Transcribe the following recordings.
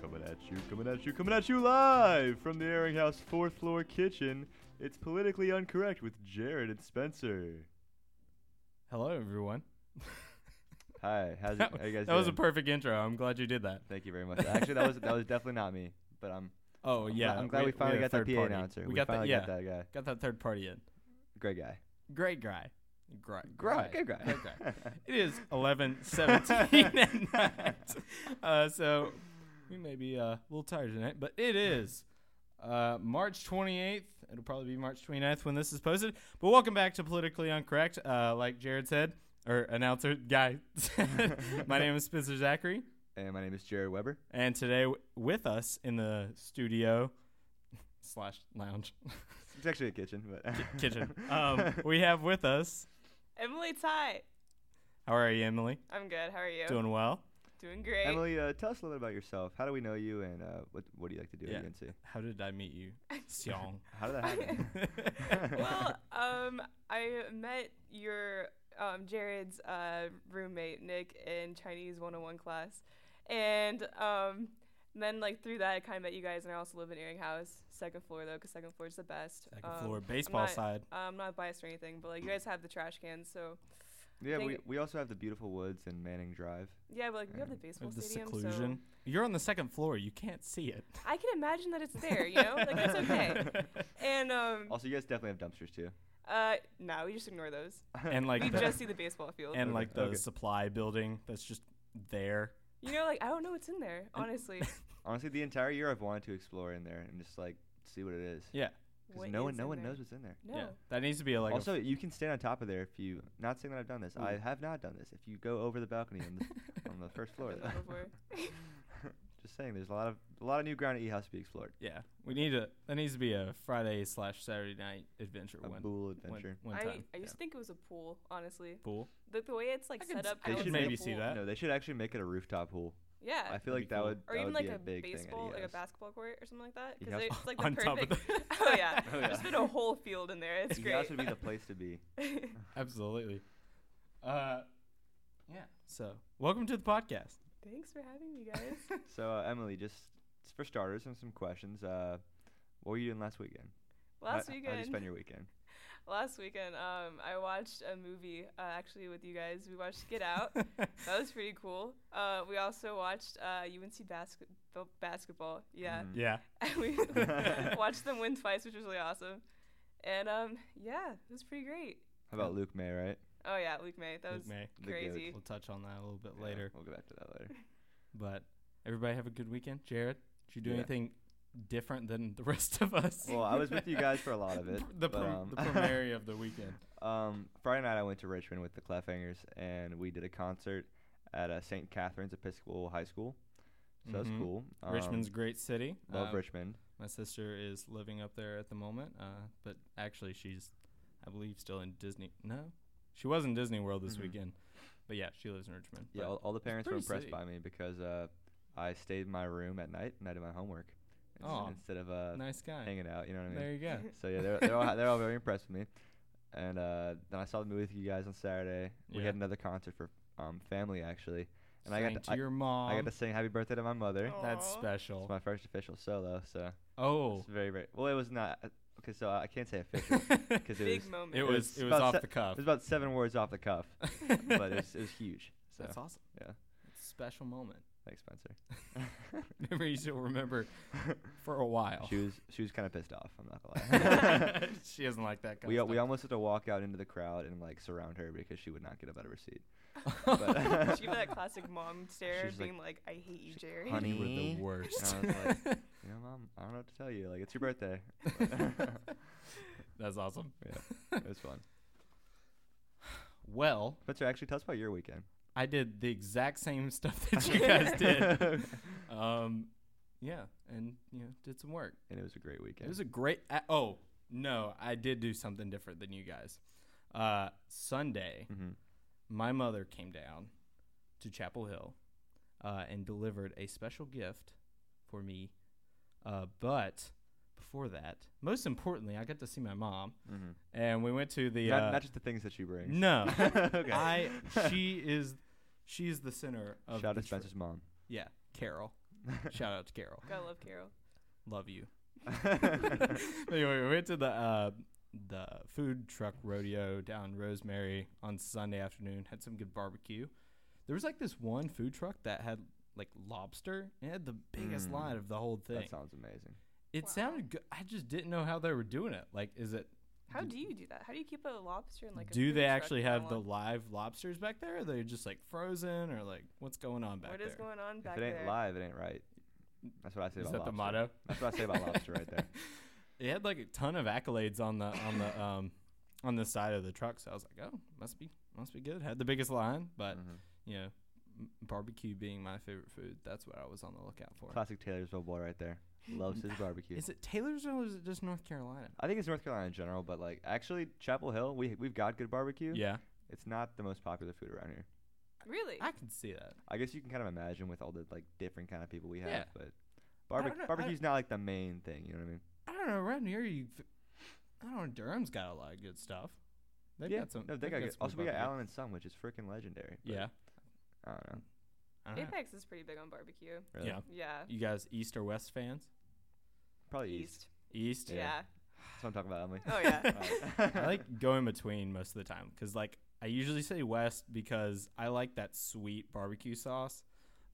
Coming at you, coming at you, coming at you live from the Airing House fourth floor kitchen. It's politically incorrect with Jared and Spencer. Hello, everyone. Hi, how's that it? How you guys that was a doing? perfect intro. I'm glad you did that. Thank you very much. Actually, that was that was definitely not me, but I'm Oh I'm yeah, glad- I'm glad we had finally a got that third PA party. announcer. We, We got that. finally Yeah, got that guy. got that third party in. great guy. Great guy. Gri- Great, gri- good guy. great guy. It is 11:17 at night, uh, so we may be uh, a little tired tonight, but it is uh, March 28th. It'll probably be March 29th when this is posted. But welcome back to Politically Uncorrect. Uh, like Jared said, or announcer guy, said, my name is Spencer Zachary, and my name is Jared Weber. and today w- with us in the studio slash lounge It's actually a kitchen, but kitchen, um, we have with us. Emily Ty. How are you, Emily? I'm good. How are you? Doing well. Doing great. Emily, uh, tell us a little bit about yourself. How do we know you, and uh, what what do you like to do Yeah. at UNC? How did I meet you? Xiong. How did that happen? well, um, I met your um, Jared's uh, roommate Nick in Chinese 101 class, and um, then like through that I kind of met you guys, and I also live in Earring House, second floor though, because second floor is the best. Second Um, floor baseball not- side. I'm not biased or anything, but like you guys have the trash cans, so yeah, Thank we you. we also have the beautiful woods and Manning Drive. yeah, but like we have the Right. baseball the stadium, seclusion. so You're on the second floor. You can't see it. I can imagine that it's there, you know, like it's okay. And um, Also, you guys definitely have dumpsters too. uh, no, we just ignore those. and like we the, just see the baseball field. and Okay, like the okay. supply building that's just there. you know, like I don't know what's in there, honestly. Honestly, the entire year I've wanted to explore in there and just like see what it is. Yeah. Because What no one, is no in one there? knows what's in there. No. Yeah. That needs to be like a also, you can stand on top of there if you. Not saying that I've done this. I Ooh. have not done this. If you go over the balcony on the, on the first floor, I've though. done that before. just saying, there's a lot of a lot of new ground at E House to be explored. yeah. We need a that needs to be a Friday slash Saturday night adventure A one bull one- adventure. one I, time. I used to think it was a pool, honestly. Pool. The, the way it's like I could set s- up, I how could it's maybe like a see pool. that. No, they should actually make it a rooftop pool. Yeah. I feel That'd like be that cool. would Uh, or that even would like be a, a, big baseball, thing like at a E House. basketball court or something like that. Yeah. Because it's like the On top of perfect. the- oh yeah, Oh, yeah. just put a whole field in there. It's E House great. would be the place to be. Absolutely. Uh yeah. So welcome to the podcast. Thanks for having me, guys. So uh, Emily, just s- for starters and some questions, uh, what were you doing last weekend? How- Last How'd you weekend. spend your weekend? Last weekend, um, I watched a movie uh, actually with you guys. We watched Get Out. that was pretty cool. Uh, we also watched uh, UNC basket- bo- basketball. Yeah, Mhm. yeah. we watched them win twice, which was really awesome. And um, yeah, it was pretty great. How about Luke May, right? Oh yeah, Luke May. That Luke was May. The goat. crazy. We'll touch on that a little bit Yeah, later. We'll go back to that later. But everybody have a good weekend. Jared, did you do Yeah. anything different than the rest of us? Well, I was with you guys for a lot of it. the but, prim- um, the primary of the weekend. um, Friday night, I went to Richmond with the Clefhangers, and we did a concert at uh, St. Catherine's Episcopal High School. So that was Mhm. cool. Um, Richmond's a great city. love Uh, Richmond. My sister is living up there at the moment, uh, but actually she's, I believe, still in Disney. No, she was in Disney World this Mhm. weekend, but yeah, she lives in Richmond. Yeah, But all, all the parents were pretty impressed sick. by me because uh, I stayed in my room at night and I did my homework ins- Aw, instead of uh, nice guy. hanging out. You know what I mean? There you go. So yeah, they're they're all, they're all very impressed with me. And uh, then I saw the movie with you guys on Saturday. We Yeah. had another concert for um, family actually, and I Saying got to to, I, your mom. Oh, I got to sing "Happy Birthday" to my mother. That's It's Aw. special. my first official solo, so Oh, it's very very well. It was not uh, okay, so I can't say official because it Big was moment. it was was it was about off se- the it cuff. was about seven words off the cuff, but it was, it was huge. So that's awesome. yeah. It's a special moment. thanks, Spencer. Memories you'll remember for a while. She was she was kind of pissed off. I'm not gonna lie. she doesn't like that kind we al- of we stuff. almost had to walk out into the crowd and like surround her because she would not get up out of her seat. she gave that classic mom stare, She's like- being like, "I hate you, She- Jerry." Honey. You were Honey. the worst. And I was like, you know, mom, I don't know what to tell you. Like, it's your birthday. That's awesome. it was fun. Well, Spencer, actually, tell us about your weekend. I did the exact same stuff that you guys did. Um, yeah, and you know, did some work. and it was a great weekend. It was a great. a oh no, I did do something different than you guys. Uh, Sunday, hmm my mother came down to Chapel Hill uh, and delivered a special gift for me. Uh, but before that, most importantly, I got to see my mom, Mm-hmm. and we went to the. Not, uh, not just the things that she brings. no, okay. I. She is. She is the center of. Shout out the to Spencer's mom. tri- yeah, Carol. Shout out to Carol. Gotta love Carol. Love you. anyway, we went to the uh, the food truck rodeo down Rosemary on Sunday afternoon. Had some good barbecue. There was like this one food truck that had like lobster and it had the biggest Mm. line of the whole thing. that sounds amazing. it Wow. sounded good. I just didn't know how they were doing it. Like, is it? How Do- do you do that? How do you keep a lobster in like a do food they truck actually for have how the long? live lobsters back there? Or they're just like frozen, or like what's going on back What there? is going on back if it ain't there? live, it ain't right. That's what I say Is about lobster. that the motto? That's what I say about lobster right there. It had like a ton of accolades on the on the um on the side of the truck, so I was like, oh, must be must be good. Had the biggest line, but Mhm. you know, m- barbecue being my favorite food, that's what I was on the lookout for. Classic Taylorsville boy right there. Loves his barbecue. Is it Taylorsville or is it just North Carolina? I think it's North Carolina in general, but like actually Chapel Hill, we we've got good barbecue. Yeah, It's not the most popular food around here. Really? I can see that. I guess you can kind of imagine with all the like different kind of people we have, Yeah. but don't barbe- know- I barbecue's not like the main thing. You know what I mean? I don't know around here. You, f- I don't know. Durham's got a lot of good stuff. They've yeah. got some. No, they they've got good. some Also, we got barbecue. Allen and Son, which is freaking legendary. but Yeah, I don't know. I don't know. Apex is pretty big on barbecue. Really. Yeah. Yeah. You guys, East or West fans? Probably East. East. East. Yeah. Yeah. That's what I'm talking about, Emily. Oh yeah. Alright. I like going between most of the time because, like, I usually say West because I like that sweet barbecue sauce,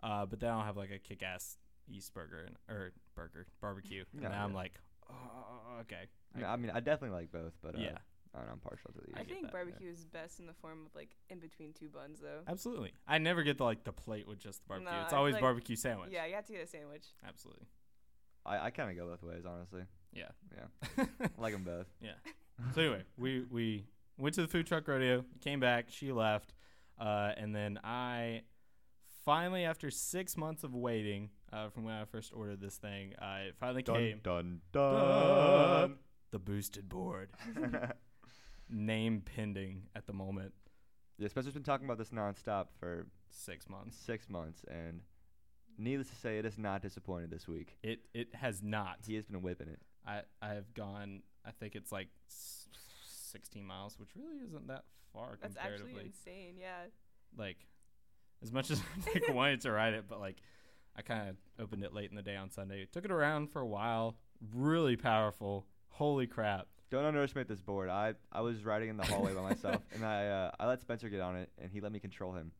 uh, but then I'll have like a kick-ass East burger and or burger barbecue, and Yeah, then I'm yeah. like, oh, okay, No, I mean, I definitely like both, but uh, yeah, I don't know, I'm partial to the East. I get that, think yeah. barbecue is best in the form of like in between two buns though. absolutely. I never get the like the plate with just the barbecue. No, it's I always like- barbecue sandwich. Yeah, you have to get a sandwich. absolutely. I, I kind of go both ways, honestly. Yeah. Yeah. I like them both. So anyway, we we went to the food truck rodeo, came back, she left, uh, and then I finally, after six months of waiting uh, from when I first ordered this thing, uh, it finally came. dun, dun. The boosted board, dun. name pending at the moment, yeah, Spencer's been talking about this nonstop for six months. six months, and needless to say, it is not disappointed this week. It it has not. He has been whipping it. I I have gone. I think it's like s- sixteen miles, which really isn't that far That's comparatively. actually insane. Yeah. like as much as I like, wanted to ride it, but like I kind of opened it late in the day on Sunday. Took it around for a while. Really powerful. Holy crap! Don't underestimate this board. I, I was riding in the hallway by myself, and I uh, I let Spencer get on it, and he let me control him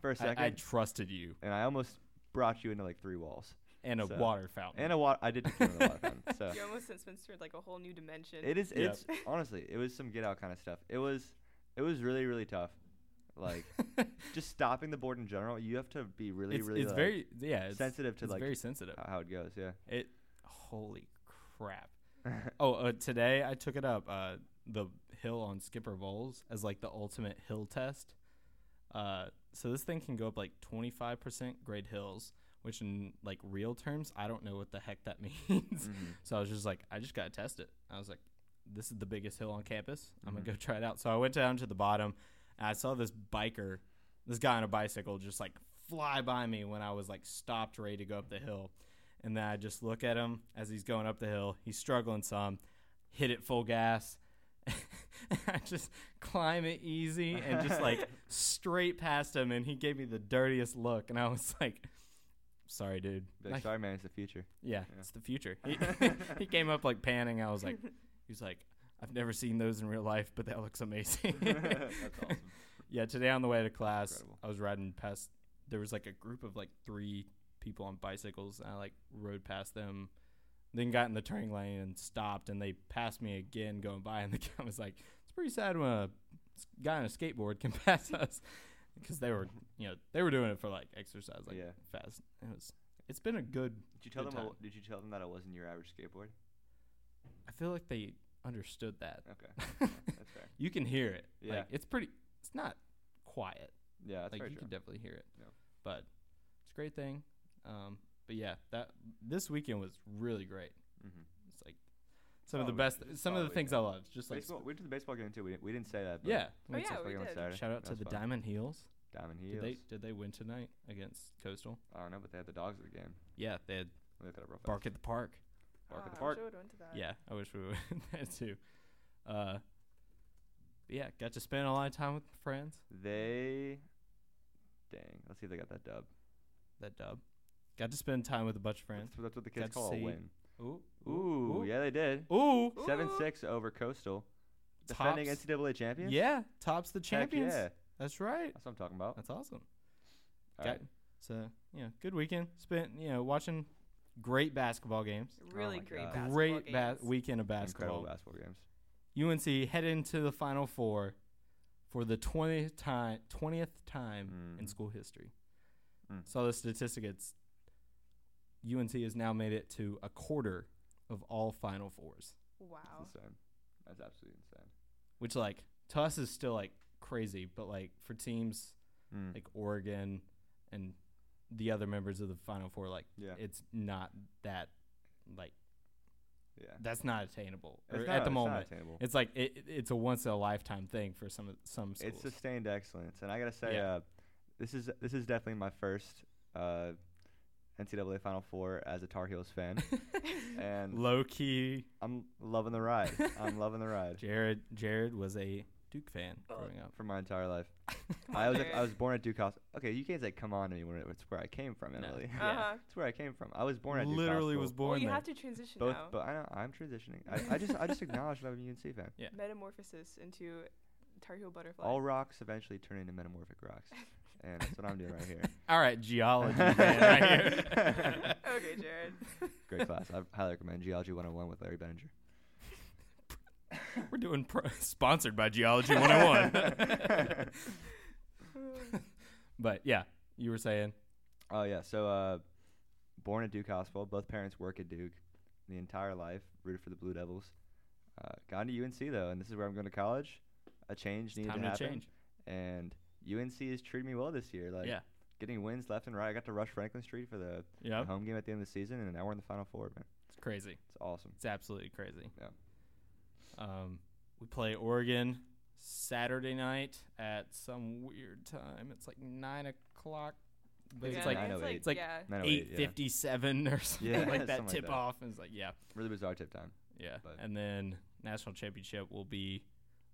for a I, second, I trusted you and I almost brought you into like three walls and a So- water fountain. and a wa- I did take you into the water fountain. So You almost sent Spencer like a whole new dimension. it is Yep. it's honestly it was some get out kind of stuff. It was it was really really tough. Like just stopping the board in general, you have to be really it's, really it's like, very yeah. It's, sensitive to it's like very sensitive. how it goes. Yeah. It. Holy crap! oh, uh, today I took it up uh, the hill on Skipper Bowls as like the ultimate hill test. Uh, so this thing can go up like 25% grade hills, which in like real terms, I don't know what the heck that means. Mhm. so I was just like, I just got to test it. I was like, this is the biggest hill on campus. I'm going Mhm. to go try it out. So I went down to the bottom and I saw this biker, this guy on a bicycle just like fly by me when I was like stopped ready to go up the hill. And then I just look at him as he's going up the hill. He's struggling some, hit it full gas. I just climb it easy and just like straight past him. And he gave me the dirtiest look. And I was like, sorry, dude. Be Like, Like, sorry, man, it's the future. yeah, Yeah. it's the future. He, he came up like panning. I was like, he was like, I've never seen those in real life, but that looks amazing. That's awesome. yeah, today on the way to class, Incredible. I was riding past. There was like a group of like three people on bicycles, and I like rode past them, then got in the turning lane and stopped, and they passed me again going by, and the guy was like, "It's pretty sad when a s- guy on a skateboard can pass us." Because they were, you know, they were doing it for like exercise, like Yeah. fast. It was, it's been a good Did you tell Good them? I time. w- did you tell them that it wasn't your average skateboard? I feel like they understood that. Okay, yeah, that's fair. You can hear it. Yeah. Like, it's pretty. It's not quiet. Yeah, that's like very you true. can definitely hear it. Yeah. But it's a great thing. Um, but yeah, that this weekend was really great. Mm-hmm. It's like some of the Solid best. weekend. Some of the Solid things I loved. Just like Baseball, we went to the baseball game too. We, we didn't say that. But yeah. Oh, yeah, baseball we game on did. Saturday. Shout out to That the was fun. Diamond Heels. Diamond Did Heels. they did they win tonight against Coastal? I don't know, but they had the dogs at the game. Yeah, they had They had a rough Bark at the Park. Bark at the Ah, park. I wish I would went to that. Yeah, I wish we would that too. Uh, yeah, got to spend a lot of time with my friends. They. Dang. Let's see if they got that dub. That dub. Got to spend time with a bunch of friends. That's, that's what the Got kids to call a see- win. Ooh, Ooh, yeah, they did. Ooh, Seven Ooh. six over Coastal, defending Tops. NCAA champions. yeah, tops the Heck champions. yeah, That's right. that's what I'm talking about. That's awesome. All Got- right. So yeah, good weekend. Spent you know watching great basketball games. Really my great God. basketball great ba- games. weekend of Incredible basketball. basketball games. UNC head into the Final Four for the 20th time, 20th time in Mm. school history. Mm. Saw the statistic. It's UNC has now made it to a quarter of all Final Fours, That's Wow. insane. That's absolutely insane. which like to us is still like crazy, but like for teams Mm. like Oregon and the other members of the Final Four, like yeah, it's not that like yeah. that's not attainable It's or not- at the it's not moment. attainable. It's like it, it- it's a once in a lifetime thing for some of- some schools. it's sustained excellence, and I gotta say, Yeah. uh, this is this is definitely my first uh, NCAA Final Four as a Tar Heels fan, and Low key, I'm loving the ride. I'm loving the ride Jared Jared was a Duke fan Uh, growing up. for my entire life. Come I on, was Jared. I was born at Duke House. Okay, you can't say come on anymore. It's where I came from, No. Emily. Yeah. Uh-huh. it's where I came from. I was born at Duke Literally Hospital. was Well, born you there. have to transition both, now. but I know I'm transitioning. I, I just I just acknowledged that I'm a UNC fan. Metamorphosis into Tar Heel butterfly. All rocks eventually turn into metamorphic rocks, and that's what I'm doing right here. All right, geology fan right here. okay, Jared. Great class. I highly recommend Geology 101 with Larry Benninger. We're doing pro- sponsored by Geology 101. but yeah, you were saying Oh yeah. So uh, born at Duke Hospital. Both parents work at Duke. The entire life rooted for the Blue Devils. Uh, got into UNC though, and this is where I'm going to college. A change needed time to to happen. change. and UNC has treated me well this year. Like Yeah. getting wins left and right. I got to rush Franklin Street for the, the Yeah, home game at the end of the season, and now we're in the Final Four. Man, it's crazy. it's awesome. It's absolutely crazy. Yeah. Um, we play Oregon Saturday night at some weird time. It's like nine o'clock, but It's it's Yeah, like 9 it's like- like, it's like- yeah. 908, eight yeah. fifty seven or something Yeah, like that. something like tip that. off and it's like yeah, Really bizarre tip time. yeah. But- and then national championship will be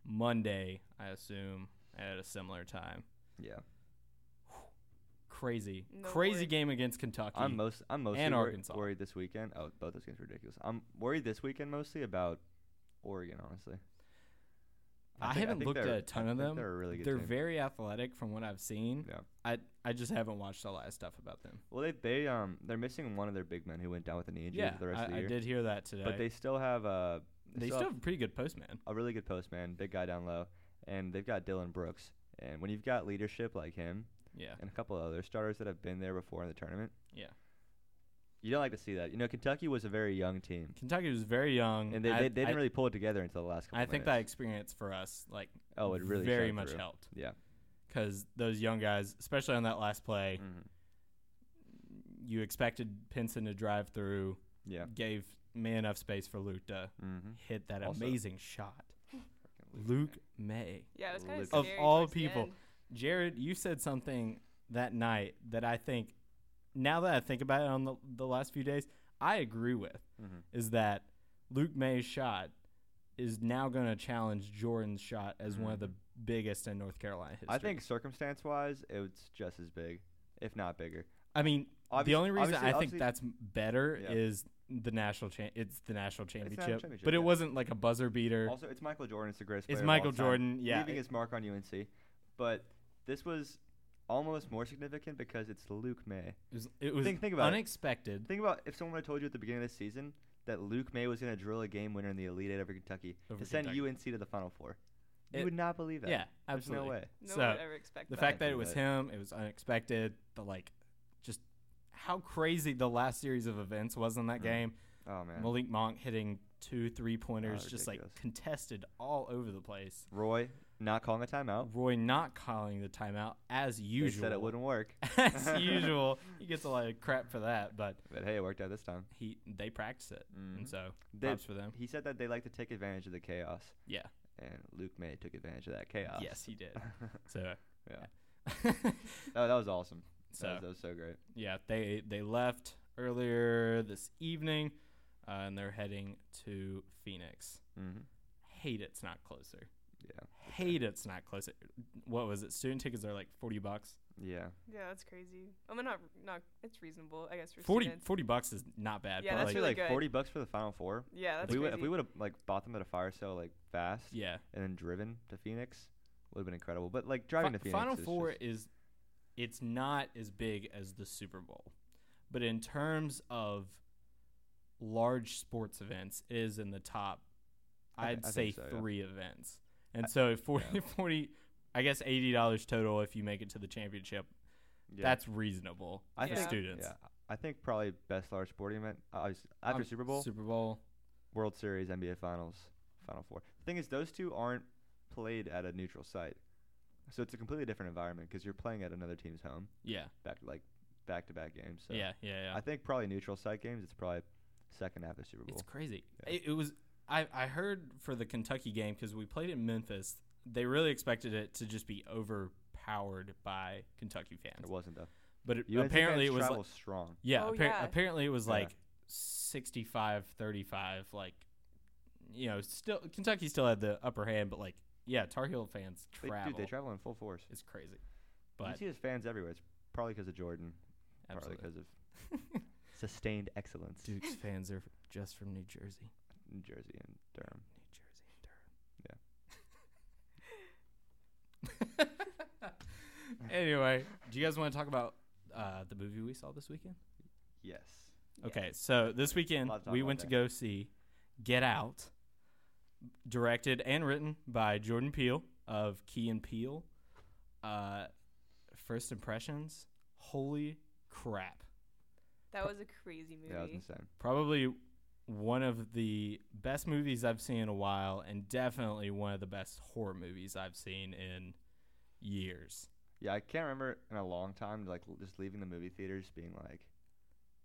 Monday, I assume, at a similar time. Yeah, Crazy, No crazy word. game against Kentucky. I'm most I'm mostly And wor- Arkansas. worried this weekend. Oh, both those games are ridiculous. I'm worried this weekend mostly about Oregon, honestly. I haven't looked they're- at a ton I of think them. They're a really good They're team. very athletic from what I've seen. Yeah. I I just haven't watched a lot of stuff about them. well, they they um they're missing one of their big men who went down with a knee injury Yeah, for the rest I, of the I year. did hear that today. But they still have uh They have still have a pretty good postman. a really good postman, big guy down low, and they've got Dylan Brooks. And when you've got leadership like him Yeah, and a couple of other starters that have been there before in the tournament, yeah. you don't like to see that. You know, Kentucky was a very young team, Kentucky was very young, and they, I, they didn't I- really pull it together until the last couple. I think that minutes. experience for us, like, oh, it really very showed much through. helped Yeah, because those young guys, especially on that last play, Mhm. you expected Pinson to drive through, Mm-hmm. yeah. gave me enough space for Luke to Mm-hmm. hit that Also- amazing shot. Luke May. Yeah, it was kind of Of scary all towards the people. end. Jared, you said something that night that I think, now that I think about it on the, the last few days, I agree with. Mhm. Is that Luke May's shot is now going to challenge Jordan's shot as one of the biggest in North Carolina history. Mm-hmm. I think circumstance-wise, it's just as big, if not bigger. I mean, Obvious- the only reason obviously- I think obviously- that's m- better Yeah. is the national cha- it's the national national championship, championship, but it yeah. wasn't like a buzzer beater. Also, it's Michael Jordan. It's the greatest. It's player of Michael all time, Jordan, yeah, leaving it- his mark on UNC. But this was almost more significant because it's Luke May. it was, it was Think- think about it. unexpected. Think about if someone had told you at the beginning of the season that Luke May was going to drill a game winner in the Elite Eight over Kentucky Over to send Kentucky. UNC to the Final Four. It- you would not believe that. Yeah, There's absolutely. no way. No So, one would ever expect The that. fact I that it agree was with him, it was unexpected. The like, just how crazy the last series of events was in that Mm. game. Oh man. Malik Monk hitting two three pointers, Oh, just like ridiculous. contested all over the place. Roy not calling a timeout. Roy not calling the timeout as usual. They said it wouldn't work, as usual. He gets a lot of crap for that, but but hey, it worked out this time. he they practice it, and so Mm-hmm. They- props for them. He said that they like to take advantage of the chaos, Yeah. and Luke May took advantage of that chaos. Yes, he did. So Yeah. Oh, that was awesome. so That, was, that was so great. yeah, they they left earlier this evening, uh, and they're heading to Phoenix. Mm-hmm. Hate it's not closer. Yeah. Hate it's not closer. What was it? Student tickets are like forty bucks. Yeah. Yeah, that's crazy. I mean, not not. It's reasonable, I guess, for 40, students. 40 bucks is not bad. Yeah, but like, that's Honestly, really like good. forty bucks for the final four. Yeah, that's if we would, crazy. if we would have like bought them at a fire sale like fast, yeah. and then driven to Phoenix, would have been incredible. But like driving Fi- to Phoenix, Final is Four just- is it's not as big as the Super Bowl, but in terms of large sports events, it is in the top. I thi- I'd I say think so, yeah. three events, and so if 40, 40 I guess eighty dollars total if you make it to the championship. yeah. That's reasonable I for think- students. Yeah, I think probably best large sporting event obvious- after Um, Super Bowl, Super Bowl. World Series, NBA Finals, Final Four. The thing is, those two aren't played at a neutral site, so it's a completely different environment because you're playing at another team's home Yeah, back like back to back games. So yeah, yeah, yeah. I think probably neutral site games. It's probably second after Super Bowl. It's crazy. Yeah. It, it was. I, I heard for the Kentucky game because we played in Memphis. They really expected it to just be overpowered by Kentucky it fans, wasn't though. but it, UNC apparently fans it was. travel Like, strong. yeah, Oh, appar- yeah. apparently it was Yeah. like 65 35 like you know, still Kentucky still had the upper hand, but like yeah, Tar Heel fans They, travel. dude, they travel in full force. It's crazy. you But see his fans everywhere. It's probably because of Jordan. Probably absolutely. because of sustained excellence. Duke's fans are just from New Jersey. in Jersey and Durham. New Jersey and Yeah. anyway, do you guys want to talk about uh, the movie we saw this weekend? Yes. Yeah. Okay, so this weekend Lot to talk we about went to there. go see Get Out, directed and written by Jordan Peele of Key and Peele. Uh, first impressions, holy crap! That was a crazy movie. Yeah, I was insane. probably one of the best movies I've seen in a while, and definitely one of the best horror movies I've seen in years. Yeah, I can't remember in a long time like l- just leaving the movie theaters being like,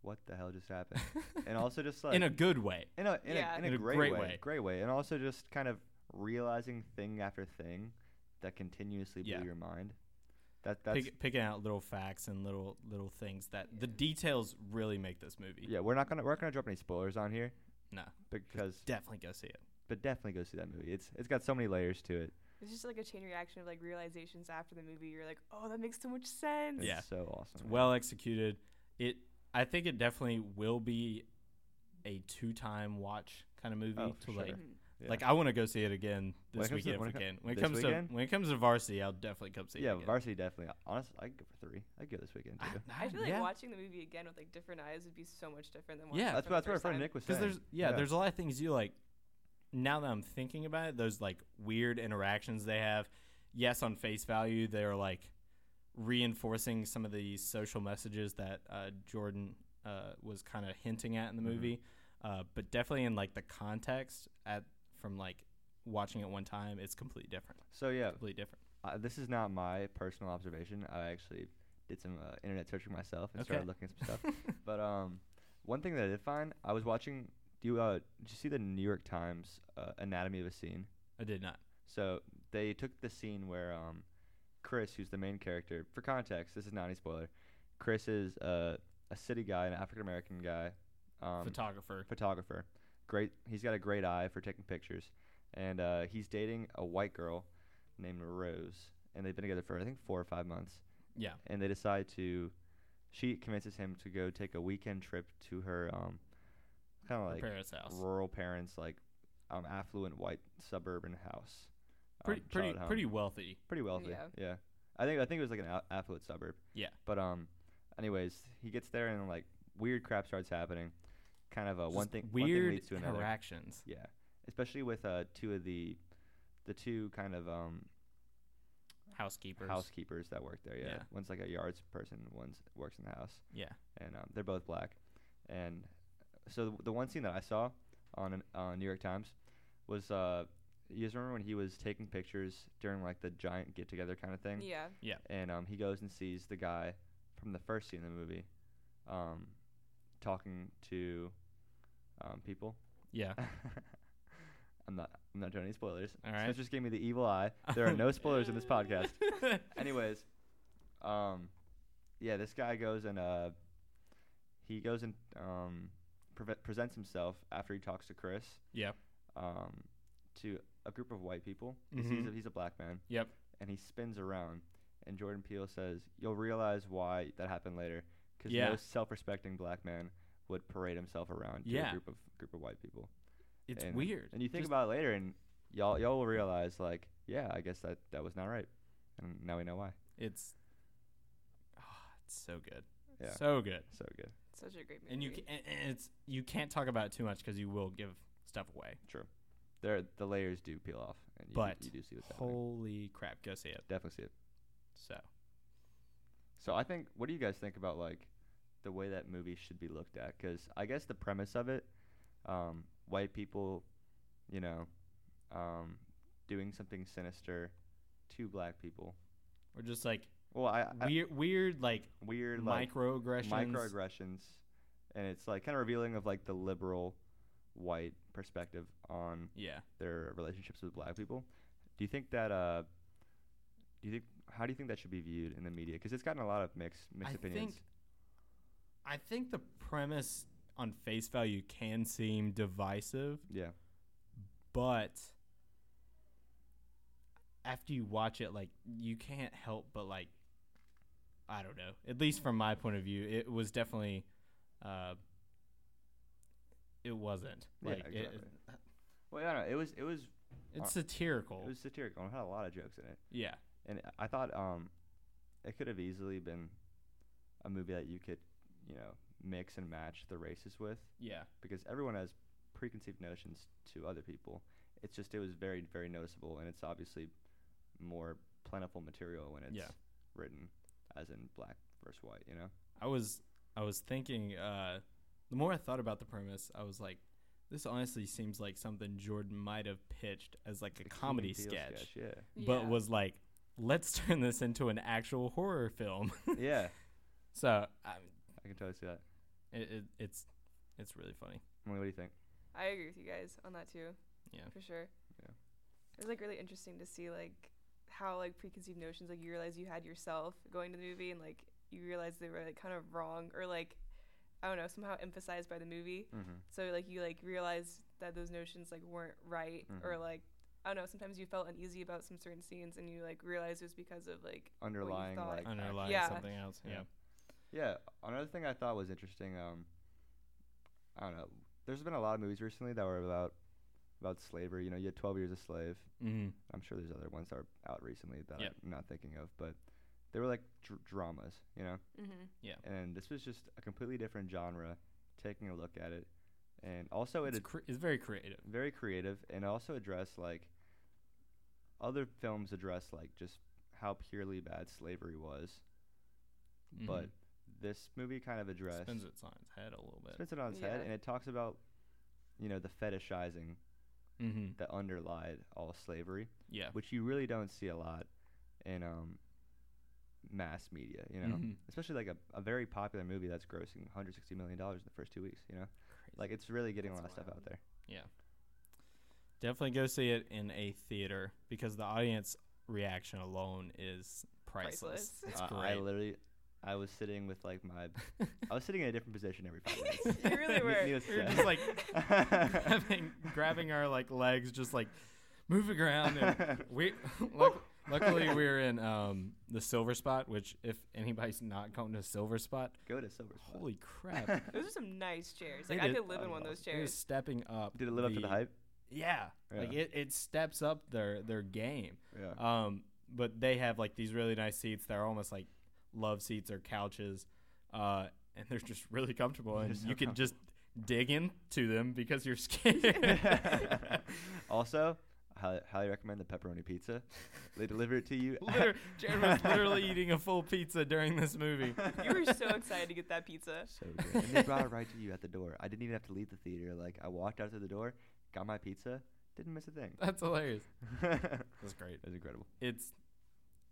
"What the hell just happened?" and also just like in a good way. in a in, Yeah. a, in a great, way, way. great way, and also just kind of realizing thing after thing that continuously Yeah. blew your mind. That that's Pick, picking out little facts and little little things that the details really make this movie. yeah. We're not gonna we're not gonna drop any spoilers on here No, because definitely go see it. but definitely go see that movie. It's it's got so many layers to it. It's just like a chain reaction of like realizations after the movie. You're like, oh, that makes so much sense. It's Yeah. so awesome. It's well executed. It I think it definitely will be a two time watch kind of movie Oh, to for like sure. Yeah. Like I want to go see it again When it this comes to- when weekend if it I co- can. When it this comes weekend? to when it comes to varsity, I'll definitely come see yeah, it. again. varsity definitely. Honestly, I could go for three. I'd go this weekend too. I feel like yeah. watching the movie again with like different eyes would be so much different than watching Yeah. it that's from what, that's the what our first friend time. Nick was saying. because there's yeah, Yeah. there's a lot of things you like. Now that I'm thinking about it, those like weird interactions they have. Yes, on face value, they're like reinforcing some of the social messages that uh, Jordan uh, was kind of hinting at in the Mhm. movie, uh, but definitely in like the context at from like watching it one time, it's completely different. So yeah, Completely different. uh, this is not my personal observation. I actually did some uh, internet searching myself and Okay. started looking at some stuff. but um, one thing that I did find, I was watching. Do you uh, did you see the New York Times uh, Anatomy of a Scene? I did not. So they took the scene where um, Chris, who's the main character, for context, this is not any spoiler. Chris is uh, a city guy, an African American guy. Um, Photographer. photographer. Great. He's got a great eye for taking pictures, and uh, he's dating a white girl named Rose, and they've been together for I think four or five months. Yeah. And they decide to. She convinces him to go take a weekend trip to her um, kind of her like parents' house. rural parents, like um, affluent white suburban house. um, Pretty, pretty, childhood home. pretty wealthy. pretty wealthy. Yeah. Yeah. I think I think it was like an a- affluent suburb. Yeah. But um, anyways, he gets there and like weird crap starts happening. Kind of uh, one Just thing weird one thing leads to another. interactions. Yeah, especially with uh, two of the the two kind of um, Housekeepers. housekeepers that work there. Yeah. Yeah. one's like a yards person, one's works in the house, Yeah. and um, they're both black. And so the, the one scene that I saw on an- on New York Times was uh, you guys remember when he was taking pictures during like the giant get together kind of thing, Yeah. and um, he goes and sees the guy from the first scene of the movie, um, talking to um, people. Yeah. I'm not. I'm not doing any spoilers. All right. Spencer just gave me the evil eye. There are no spoilers in this podcast. Anyways, Um, yeah, this guy goes and uh, he goes and um, preve- presents himself after he talks to Chris. Yep. Um, to a group of white people. 'cause He's, Mhm. a, he's a black man. Yep. And he spins around, and Jordan Peele says, "You'll realize why that happened later, because Yeah. no self-respecting black man would parade himself around to Yeah. a group of group of white people." It's and, weird. And you think Just- Mm-hmm. about it later, and y'all y'all will realize like, yeah, I guess that that was not right, and now we know why. it's Ah, it's so good. Yeah. So good. So good. Such a great movie. And you ca- and and it's you can't talk about it too much cuz you will give stuff away. There, the layers do peel off, and you, do- But you do see what's happening. Holy crap, go see it. Definitely see it. So, So I think, what do you guys think about like the way that movie should be looked at? Because I guess the premise of it, um, white people, you know, um, doing something sinister to black people. we're just like Well, I, I weird weird like weird like microaggressions. microaggressions, and it's like kind of revealing of like the liberal white perspective on yeah. their relationships with black people. Do you think that? Uh, do you think? How do you think that should be viewed in the media? Because it's gotten a lot of mixed mixed I opinions. think I think the premise on face value can seem divisive, yeah. but after you watch it like you can't help but like i don't know at least from my point of view it was definitely uh it wasn't Yeah, like it- exactly. Well, yeah, no, it was it was it's satirical it was satirical. and It had a lot of jokes in it, yeah and I I thought um, it could have easily been a movie that you could, you know, mix and match the races with yeah because everyone has preconceived notions to other people. It's just it was very very noticeable, and it's obviously more plentiful material when it's Yeah. written as in black versus white. You know, i was i was thinking uh the more i thought about the premise i was like this honestly seems like something jordan might have pitched as like a The Key and comedy Peele sketch, Yeah, but Yeah. was like let's turn this into an actual horror film yeah, so i I can totally see that. It, it, it's it's really funny. Emily, what do you think? I agree with you guys on that too. Yeah. For sure. Yeah. It was like really interesting to see like how like preconceived notions like you realize you had yourself going to the movie and like you realize they were like kind of wrong or like I don't know, somehow emphasized by the movie. Mm-hmm. So like you like realize that those notions like weren't right or Mm-hmm. Mhm. like I don't know, sometimes you felt uneasy about some certain scenes and you like realized it was because of like Underlying thought. like act- Underlying Yeah. something else. Yeah. Yeah. Yeah, another thing I thought was interesting. Um, I don't know. There's been a lot of movies recently that were about about slavery. You know, you had Twelve Years a Slave. Mm-hmm. I'm sure there's other ones that are out recently that Yep. I'm not thinking of, but they were like dr- dramas. You know, Mhm. and this was just a completely different genre. Taking a look at it, and also it It's, ad- cre- it's very creative. very creative, and also addressed like other films address like just how purely bad slavery was, but Mhm. this movie kind of addressed spins its on its head a little bit. spins it on its head, Yeah. and it talks about, you know, the fetishizing Mm-hmm. that underlied all slavery, Yeah. which you really don't see a lot in um, mass media, you know, Mhm. especially like a, a very popular movie that's grossing 160 million dollars in the first two weeks, you know, Crazy. like it's really getting a lot That's of stuff out wild. there. Definitely go see it in a theater because the audience reaction alone is priceless. Priceless. It's Uh, I great. literally, I was sitting with like my, I was sitting in a different position every five minutes. You really Ne- were. needless to we were say. just like grabbing, grabbing our like legs, just like moving around. And we luck, luckily we're in um, the Silver Spot, which if anybody's not going to Silver Spot, Go to Silver Spot. holy crap! Those are some nice chairs. They Like I did- could live in Oh, one of wow. those They're chairs. stepping up. Did it live up to the hype? Yeah, like Yeah. it, it steps up their their game. Yeah. Um, but they have like these really nice seats. They're almost like love seats or couches, uh, and they're just really comfortable. And so you can just dig into them because you're scared. also, hi- highly recommend the pepperoni pizza. They deliver it to you. Liter- Jared was literally eating a full pizza during this movie. You were so excited to get that pizza. so good. And they brought it right to you at the door. I didn't even have to leave the theater. Like I walked out to the door, got my pizza, didn't miss a thing. That's hilarious. it That's great. was incredible. It's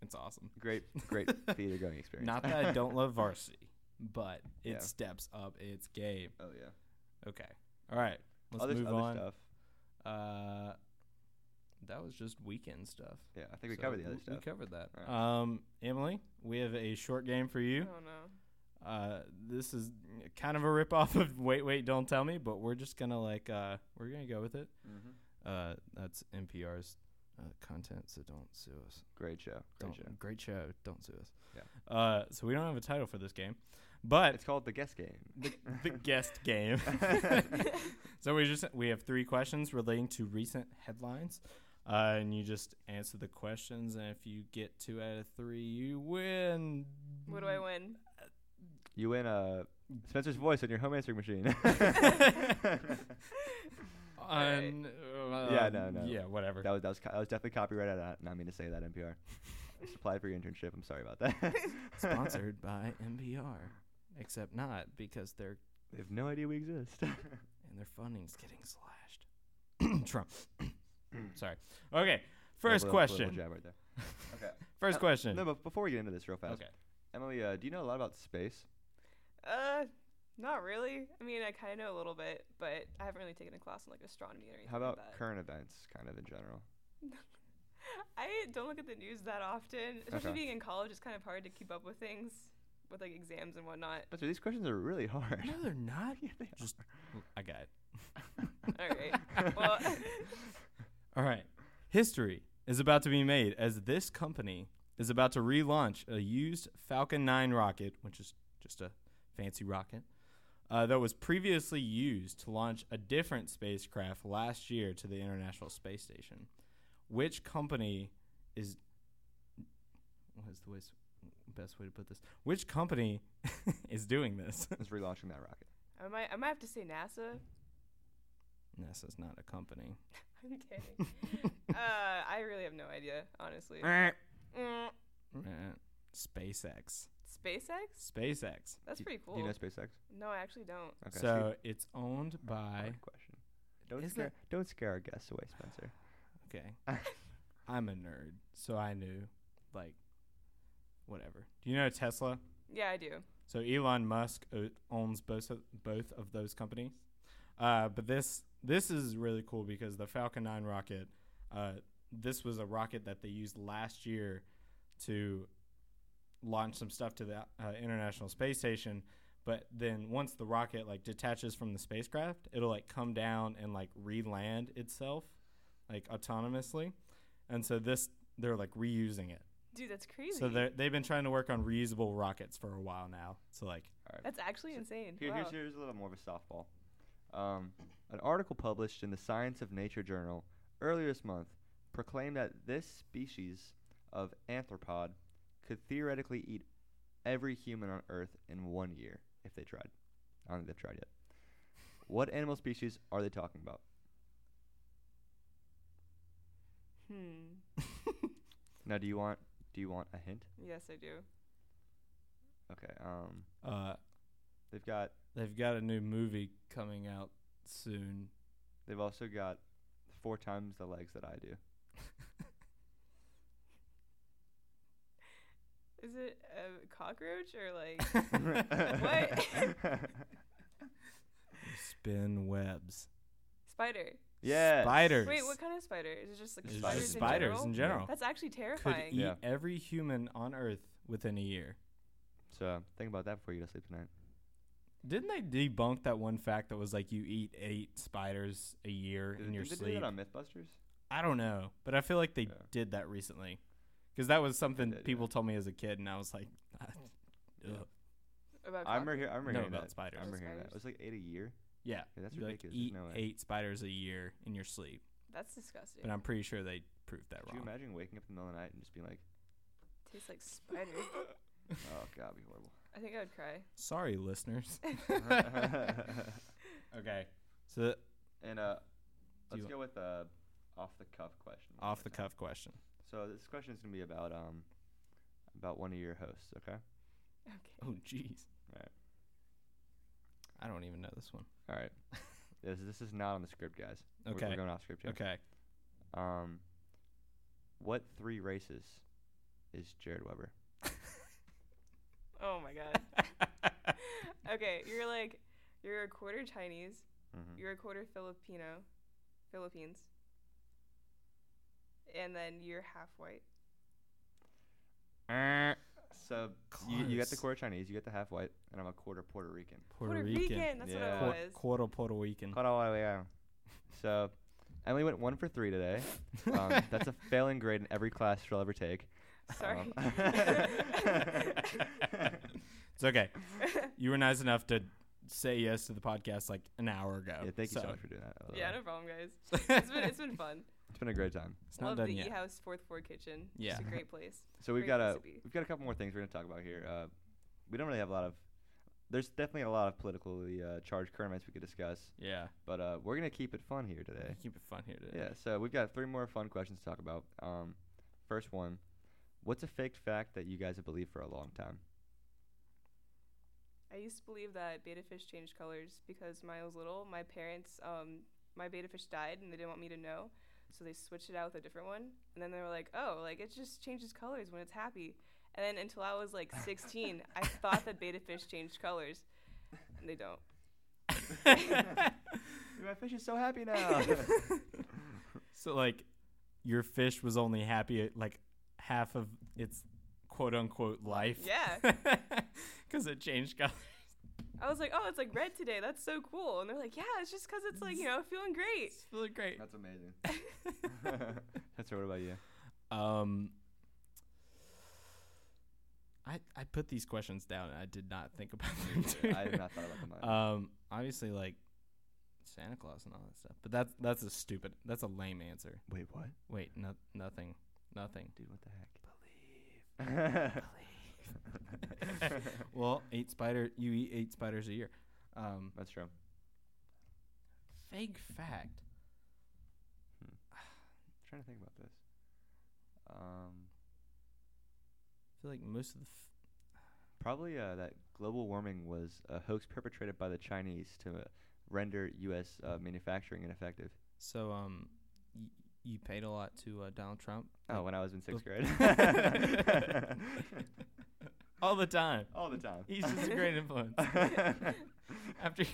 it's awesome. Great, great theater going experience. Not that I don't love varsity, but it Yeah. steps up its game. Oh yeah. Okay. All right. Let's other move other on. stuff. Uh, that was just weekend stuff. Yeah, I think we So covered the other w- stuff. We covered that. All Um, Emily, we have a short game for I you. don't know. Uh, this is kind of a rip off of Wait, Wait, Don't Tell Me, but we're just gonna like uh, we're gonna go with it. Mhm. Uh, that's NPR's uh, content, so don't sue us. Great show. Great Don't, show. great show. Don't sue us. Yeah. Uh, so we don't have a title for this game, but It's called the guess game. the, the guest game. so we just we have three questions relating to recent headlines, uh, and you just answer the questions. And if you get two out of three, you win. What Mm-hmm. do I win? You win uh, Spencer's voice on your home answering machine. On, Yeah, uh, no, no. Yeah, whatever. That was that was co- that was definitely copyrighted. I did not mean to say that NPR. Just applied for your internship. I'm sorry about that. Sponsored by NPR, except not because they're They have no idea we exist. and their funding's getting slashed. Trump. Sorry. Okay. First Little- little question. jab right there. First Uh, question. No, but before we get into this real fast, Okay. Emily, uh, do you know a lot about space? Uh, not really. I mean, I kind of know a little bit, but I haven't really taken a class on like astronomy or anything. How like about that. current events, kind of in general? I don't look at the news that often, especially Okay. being in college. It's kind of hard to keep up with things, with like exams and whatnot. Spencer, these questions are really hard. No, they're not. Yeah, they Just I got it. All right. Well, All right. History is about to be made as this company is about to relaunch a used Falcon 9 rocket, which is just a fancy rocket, uh, that was previously used to launch a different spacecraft last year to the International Space Station. Which company is. What is the ways, best way to put this? Which company is doing this? It's relaunching that rocket. I might, I might have to say NASA. NASA's not a company. I'm kidding. uh, I really have no idea, honestly. Mm, Eh, SpaceX. SpaceX? SpaceX. That's Do- pretty cool. Do you know SpaceX? no, I actually don't. Okay. So it's owned by. hard question. Don't Is scare it- don't scare our guests away, Spencer. Okay. I'm a nerd, so I knew, like, whatever. Do you know Tesla? Yeah, I do. So Elon Musk o- owns both of, both of those companies. Uh, but this this is really cool because the Falcon 9 rocket, uh, this was a rocket that they used last year to launch some stuff to the uh, International Space Station. But then once the rocket like detaches from the spacecraft, it'll like come down and like re-land itself, like autonomously. And so this they're like reusing it. Dude, that's crazy. So they they've been trying to work on reusable rockets for a while now. So like that's actually insane. Here, wow. here's, here's a little more of a softball. Um, an article published in the Science of Nature journal earlier this month proclaimed that this species of arthropod could theoretically eat every human on Earth in one year if they tried. I don't think they've tried yet. What animal species are they talking about? Hmm. Now, do you want do you want a hint? Yes, I do. Okay. Um, uh, they've got they've got a new movie coming out soon. they've also got four times the legs that I do. Is it a cockroach or like? Spin webs. Spider. yeah. Spiders. Wait, what kind of spider? Is it just like It's It's spiders, just in spiders general? in general. That's actually Could terrifying. eat Yeah. every human on Earth within a year. So uh, think about that before you go to sleep tonight. Didn't they debunk that one fact that was like you eat eight spiders a year Did, in your did they do sleep? that on MythBusters? I don't know, but I feel like they Yeah. did that recently because that was something did, yeah. people told me as a kid, and I was like, ugh. Yeah. About I remember, cockroach. hear, I remember No, hearing about that. spiders. I remember hearing that. It was Spiders. like eight a year. yeah, Yeah, that's you, like ridiculous. eat no way. eight spiders a year in your sleep. That's disgusting. But I'm pretty sure they proved that Could you wrong. imagine waking up in the middle of the night and just being like, Tastes like spider. "Oh God, it'd be horrible." I think I would cry. Sorry, listeners. okay. So the and uh, Do you let's go with uh, off the cuff question. one off more the time. cuff question. So this question is gonna be about um, about one of your hosts. Okay. Okay. Oh, jeez. Alright. I don't even know this one. All right. this this is not on the script, guys. We're- We're, Okay. going off script here. Okay. Um, what three races is Jared Weber? Oh my god. okay, you're like, you're a quarter Chinese. Mm-hmm. You're a quarter Filipino. Philippines. and then you're half white. So you, you got the Close. quarter Chinese, you get the half white, and I'm a quarter Puerto Rican. Puerto, That's Yeah. what Quar- it was. quarter Puerto Rican. Mm. Cut all the way out. So Emily went one for three today. Um, that's a failing grade in every class she'll ever take. Sorry. Um, it's okay. You were nice enough to say yes to the podcast like an hour ago. yeah, thank you so, much for doing that. by the Oh, yeah, way. no problem, guys. much. It's been it's been fun. it's been a great time. It's not Love done the yet. e-house fourth floor kitchen. Yeah. It's a great place. So we've Great got a recipe. we've got a couple more things we're gonna talk about here. Uh, we don't really have a lot of. There's definitely a lot of politically uh, charged current events we could discuss, yeah. but uh, we're gonna keep it fun here today. Keep it fun here today. Yeah, so we've got three more fun questions to talk about. Um, first one, what's a fake fact that you guys have believed for a long time? I used to believe that beta fish changed colors because when I was little, my parents, um, my beta fish died and they didn't want me to know. So they switched it out with a different one. And then they were like, oh, like it just changes colors when it's happy. And then until I was like 16, I thought that beta fish changed colors. And they don't. My fish is so happy now. so like your fish was only happy at like half of its quote unquote life. Yeah. Cuz it changed color. I was like, oh, it's like red today. That's so cool. And they're like, yeah, it's just because it's like, you know, feeling great. It's really great. That's amazing. That's right. What about you? Um I I put these questions down and I did not think about them. Too. I have not thought about the money. Um, obviously, like Santa Claus and all that stuff. But that's that's a stupid. That's a lame answer. Wait, what? Wait, no, nothing, nothing. Dude, what the heck? Believe. well, eight spider. You eat eight spiders a year. Um, That's true. fake fact. I'm trying to think about this. Um, I feel like most of the. F- probably uh, that global warming was a hoax perpetrated by the Chinese to uh, render U.S. Uh, manufacturing ineffective. so um, y- you paid a lot to uh, Donald Trump. Oh, when I was in sixth grade. all the time. All the time. He's just a great influence. after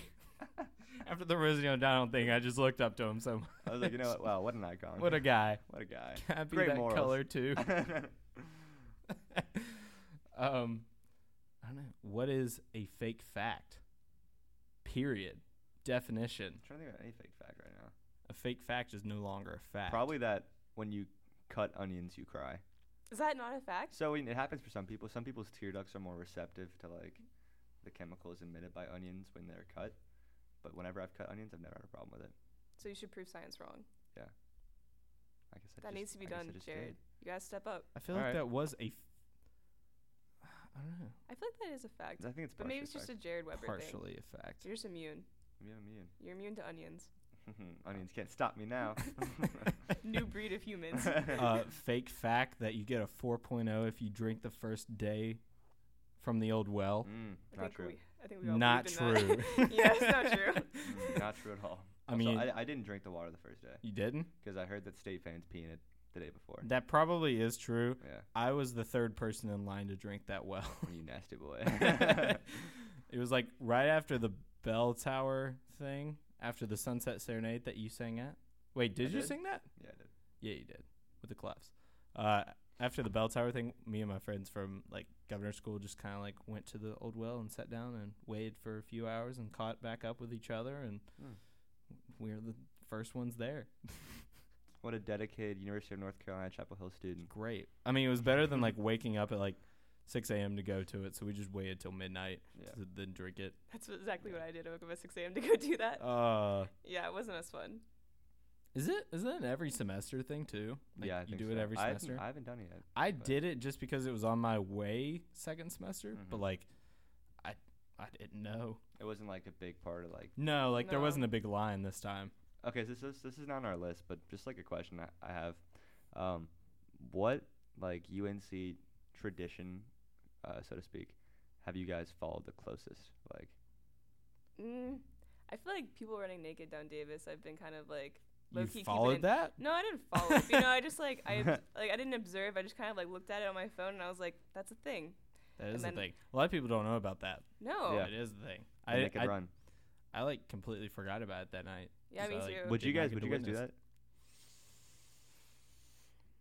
after the Rosie O'Donnell thing, I just looked up to him so much. I was like, you know what? Wow, what an icon. What a guy. what a guy. Happy Great that morals. color too. um, I don't know. What is a fake fact? Period. Definition. I'm trying to think of any fake fact right now. A fake fact is no longer a fact. Probably that when you cut onions, you cry. Is that not a fact? So I mean, it happens for some people. Some people's tear ducts are more receptive to like the chemicals emitted by onions when they're cut. But whenever I've cut onions, I've never had a problem with it. So you should prove science wrong. I guess I That just- needs to be I guess I done, just Jared. did. You gotta step up. I feel like Alright. that was a. F- I don't know. I feel like that is a fact. I think it's But maybe it's just a partially Jared Weber thing. Partially a fact. You're just immune. fact. Yeah, immune. You're immune to onions. onions can't stop me now. New breed of humans. uh, fake fact that you get a 4.0 if you drink the first day from the old well. Mm, I not think true. We, I think Mm. we all Not believed in true. That. yeah, it's not true. Mm, not true at all. I Also, mean, I, I didn't drink the water the first day you didn't? because I heard that state fans pee in it the day before. That probably is true. Yeah, I was the third person in line to drink that well. you nasty boy. it was like right after the bell tower thing, after the sunset serenade that you sang at. Wait, did I you did. sing that? yeah, I did. Yeah, you did with the claps. Uh, after the bell tower thing, me and my friends from like governor school just kind of like went to the old well and sat down and waited for a few hours and caught back up with each other and Hmm. we were the first ones there. What a dedicated University of North Carolina Chapel Hill student. Great. I mean, it was better than like waking up at like 6 a.m. to go to it, so we just waited till midnight Yeah. to then drink it. That's what- exactly what I did. I woke up at 6 a.m. to go do Oh. that. Uh, Yeah, it wasn't as fun. is it is that an every semester thing too? Like, yeah, I you think do so. it every I haven't- semester. I haven't, done it yet. I but- did it just because it was on my way second semester, but Mhm. like, I I didn't know. It wasn't like a big part of like. No, like there No. wasn't a big line this time. Okay, so this is this is not on our list, but just like a question I, I have, um, what like UNC tradition, uh, so to speak, have you guys followed the closest? Like, Mm, I feel like people running naked down Davis, I've been kind of like low you key followed that? No, I didn't follow. it, but, you know, I just like I ob- like I didn't observe. I just kind of like looked at it on my phone and I was like, that's a thing. That And is the then- thing. A lot of people don't know about that. No. Yeah. It is the thing. I, I make it I, run. I like completely forgot about it that night. uh, Yeah, So, me like, too. Would you did not guys? get Would to you guys do witness.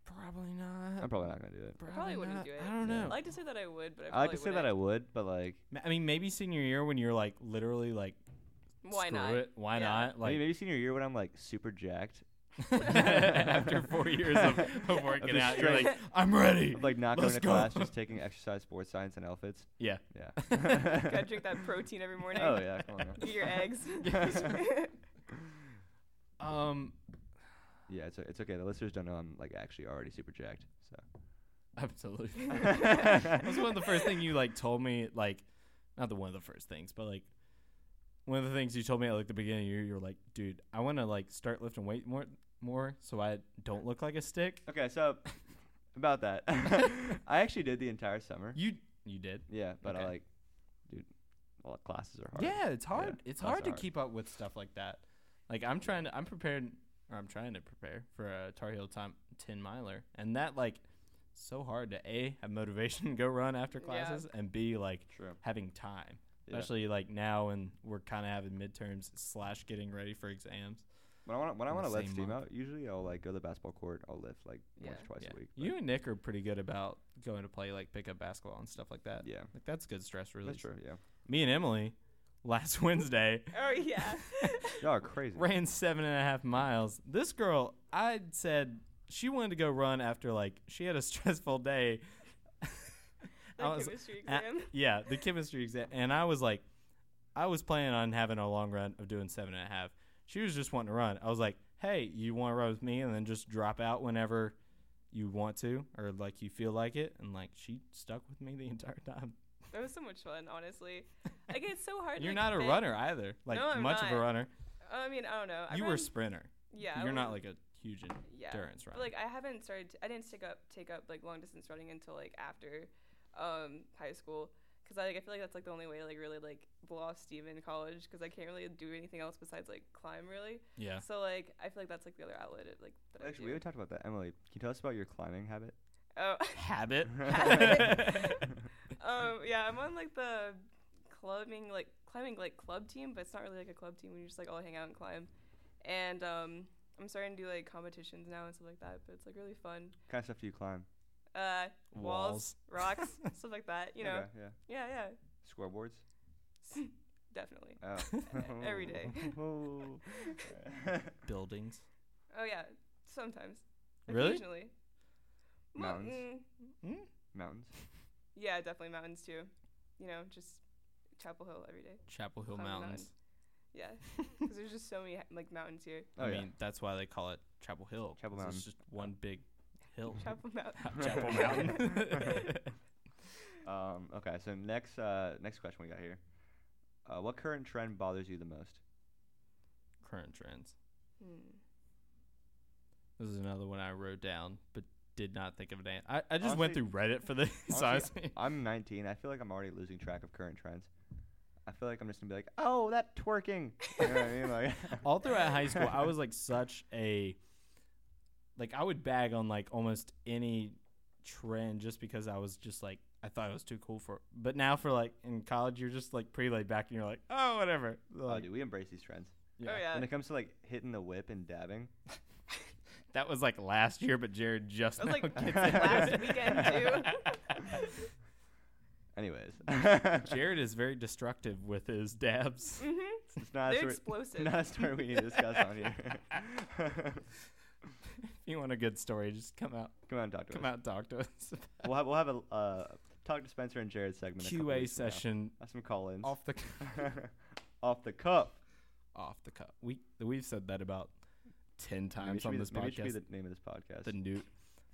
that? Probably not. I'm probably not gonna do it. I probably wouldn't not. do it. I don't Yeah. know. I'd like to say that I would, but I I probably like to say that I would, but like Ma- I mean, maybe senior year when you're like literally like, wouldn't. Why screw not? It. Why Yeah. not? maybe, Like maybe senior year when I'm like super jacked, after four years of, of working just out, you're straight- like, I'm ready. I'm, like not going Let's to go. class, just taking exercise, sports science, and outfits. yeah. Yeah. Gotta drink that protein every morning. Oh yeah. Come on now. Eat your eggs. Um, Yeah, it's o- it's okay. The listeners don't know I'm like actually already super jacked. So absolutely. That That was one of the first things you like told me, like, not the one of the first things, but like one of the things you told me at like the beginning of the year, you were like, dude, I want to like start lifting weight more, more, so I don't look like a stick. okay, so about that, I actually did the entire summer. You, you did. Yeah, but Okay. I like, dude, all the classes are hard. Yeah, it's hard. Yeah, it's that's hard to hard. keep up with stuff like that. Like I'm trying to, I'm prepared, or I'm trying to prepare for a Tar Heel time ten miler, and that like so hard to a have motivation to go run after Yeah. classes, and b like True. having time, Yeah. especially like now when we're kind of having midterms slash getting ready for exams. When I want when I in the want to let same steam month. out, usually I'll like go to the basketball court. I'll lift like once Yeah. or twice Yeah. a week. but You and Nick are pretty good about going to play like pickup basketball and stuff like that. yeah, Like that's good stress that's release. true. Yeah, Me and Emily last Wednesday oh yeah. y'all are crazy. ran seven and a half miles. This girl, I said she wanted to go run after like she had a stressful day. The I was- chemistry uh, exam. yeah, the chemistry exam, and I was like, I was planning on having a long run of doing seven and a half. She was just wanting to run. I was like, hey, you want to run with me, and then just drop out whenever you want to or like you feel like it, and like she stuck with me the entire time. that was so much fun, honestly. Like it's so hard. to, You're like, not a fit- runner either, like No, I'm much of a not. runner. I mean, I don't know. I you were run- a sprinter. Yeah. I You're not was- like a huge Yeah. endurance runner. But, like I haven't started. I I didn't take up take up like long distance running until like after um, high school because I like I feel like that's like the only way to like really like blow off steam in college because I can't really do anything else besides like climb really. yeah. So like I feel like that's like the other outlet of, like that Actually, we I do. already talked about that. Emily, can you tell us about your climbing habit? Oh, habit. Habit. um, yeah, I'm on like the climbing like climbing like club team, but it's not really like a club team. We just like all hang out and climb, and um, I'm starting to do like competitions now and stuff like that. But it's like really fun. kind of stuff do you climb? uh, Walls. walls, rocks, stuff like that. You know, Okay, yeah. yeah, Scoreboards. yeah, definitely. Oh. Every day. Oh. Buildings. Oh yeah, sometimes. Really? Occasionally. Mo- Mountains? mm, Mountains. yeah, definitely mountains too. You know, just Chapel Hill every day. Chapel Hill Climb the Mountains. Yeah, because there's just so many like mountains here. Oh I yeah. mean, that's why they call it Chapel Hill. Chapel 'cause Mountain. It's just one big hill. Chapel Mountain. Chapel Mountain. Um, okay, so next uh, next question we got here. Uh, what current trend bothers you the most? Current trends. Hmm. This is another one I wrote down, but did not think of an answer. I, I just went Honestly- through Reddit for this. so I was- I'm 19. I feel like I'm already losing track of current trends. I feel like I'm just gonna be like, oh, that twerking. You know what I mean? Like, all throughout high school, I was like such a like I would bag on like almost any trend just because I was just like I thought it was too cool for. But now for like in college, you're just like pretty laid back and you're like, oh whatever. oh, Like, dude, we embrace these trends. Oh yeah. When it comes to like hitting the whip and dabbing, That was like last year, but Jared just That was, now like, gets last into it. weekend, anyways, Jared is very destructive with his dabs. Mhm. it's not a They're story, explosive. not a story we need to discuss on here. If you want a good story, just come out, Come on, talk to come us. out, and talk to us. We'll have we'll have a uh, talk to Spencer and Jared segment. a couple QA weeks from now. session Have some call-ins. off the off the cuff. off the cuff. We we've said that about ten Maybe it times should on be this the, maybe it should be podcast. the name of this podcast. The The, new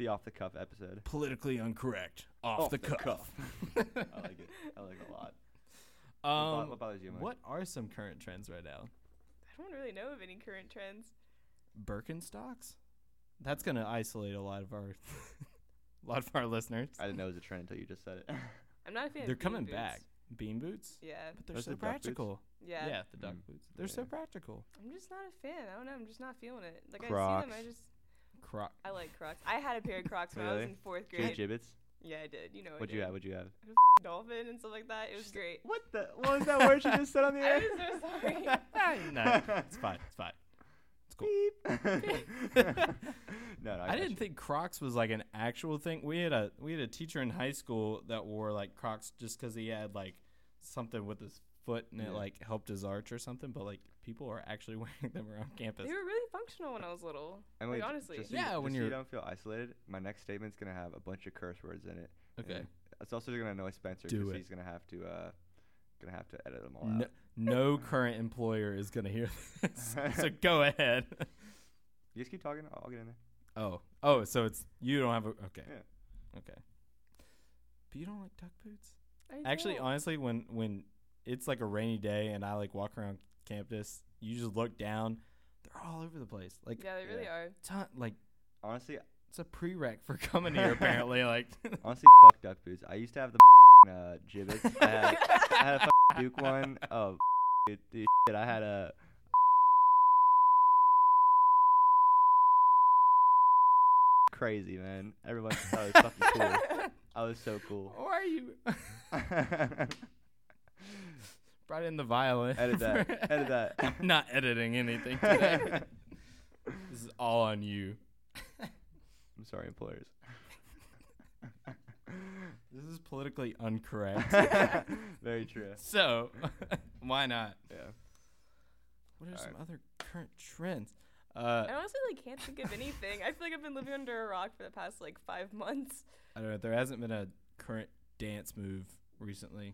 off the cuff episode. politically incorrect off, the, cuff. I like it. I like it a lot. what, bo- Um, what bothers you? Mike? what are some current trends right now? I don't really know of any current trends. Birkenstocks. That's gonna isolate a lot of our a lot of our listeners. I didn't know it was a trend until you just said it. I'm not a fan. They're of bean coming boots. back. Bean boots, Yeah, but they're Those are so the duck boots? practical. yeah, Yeah, the duck Mm. boots. They're so Yeah. practical. I'm just not a fan. I don't know. I'm just not feeling it. Like I see them, Crocs. I just Croc. I like Crocs. I had a pair of Crocs when I was Really? in fourth Two grade. gibbets. Oh, Yeah, I did. You know, I What'd you did. have? What'd you have? dolphin and stuff like that. It was great. What the? What was that word you just said on the I air? was so sorry. no, it's fine. It's fine. It's cool. no, no, I, I got didn't you. think Crocs was like an actual thing. We had a we had a teacher in high school that wore like Crocs just because he had like something with his foot and Yeah. it like helped his arch or something. But like people are actually wearing them around They campus. were really functional when I was little. And like wait, j- honestly, just so Yeah, you, when just so you're- you don't feel isolated, my next statement's gonna have a bunch of curse words in it. and Okay. it's also gonna annoy Spencer Do because it. he's gonna have to uh, gonna have to edit them all No, out. no current employer is gonna hear this. so go ahead. You just keep talking. I'll I'll get in there. Oh, oh, so it's you don't have a okay, Yeah. okay. But you don't like duck boots. I Actually, don't. honestly, when when it's like a rainy day and I like walk around campus, you just look down. They're all over the place. Like yeah, they really yeah. are. ton, like Honestly, it's a prereq for coming here. Apparently, like honestly, fuck duck boots. I used to have the uh, gibbets. I had, I had a fucking Duke one. Oh, dude, dude, shit, I had a. Crazy man. Everyone thought I was fucking cool. I was so cool. Or are you? Brought in the violin. Edit that. Edit that. Not editing anything today. this is all on you. I'm sorry, employers. This is politically incorrect. Very true. so, why not? Yeah. What are All some right. other current trends? Uh, I honestly like can't think of anything. I feel like I've been living under a rock for the past like five months. I don't know. There hasn't been a current dance move recently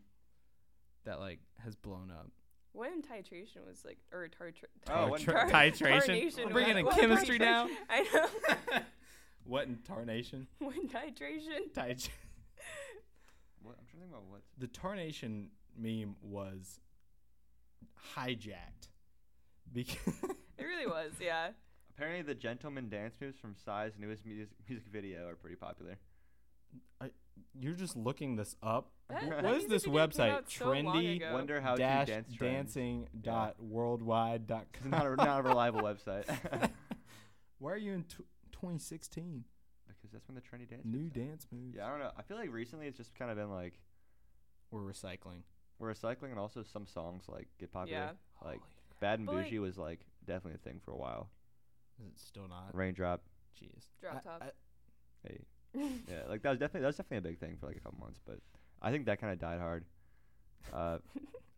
that like has blown up. When titration was like or tartra- Oh, tar- when Tar- titration- titration. tarnation We're bringing was- in when chemistry now. titration- I know. what in tarnation? when titration. Tit- What, I'm trying to think about what. the tarnation meme was hijacked because It really was, yeah. Apparently, the gentleman dance moves from Psy's newest music, music video are pretty popular. you're just looking this up. That- Wh- that what is music this video came website? out so long Trendy ago. Wonder how dash to dance trends. dancing dot worldwide dot It's not a, not a reliable website. Why are you in tw 2016? because that's when the trendy dance. New moves are. dance moves. Yeah, I don't know. I feel like recently it's just kind of been like We're recycling. we're recycling, and also some songs like get popular. Yeah. Like Bad and But, like- Bougie was like definitely a thing for a while. Is it still not? Raindrop. Jeez. Drop I- top. I- Hey. yeah, like that was definitely that was definitely a big thing for like a couple months, but I think that kind of died hard. Uh,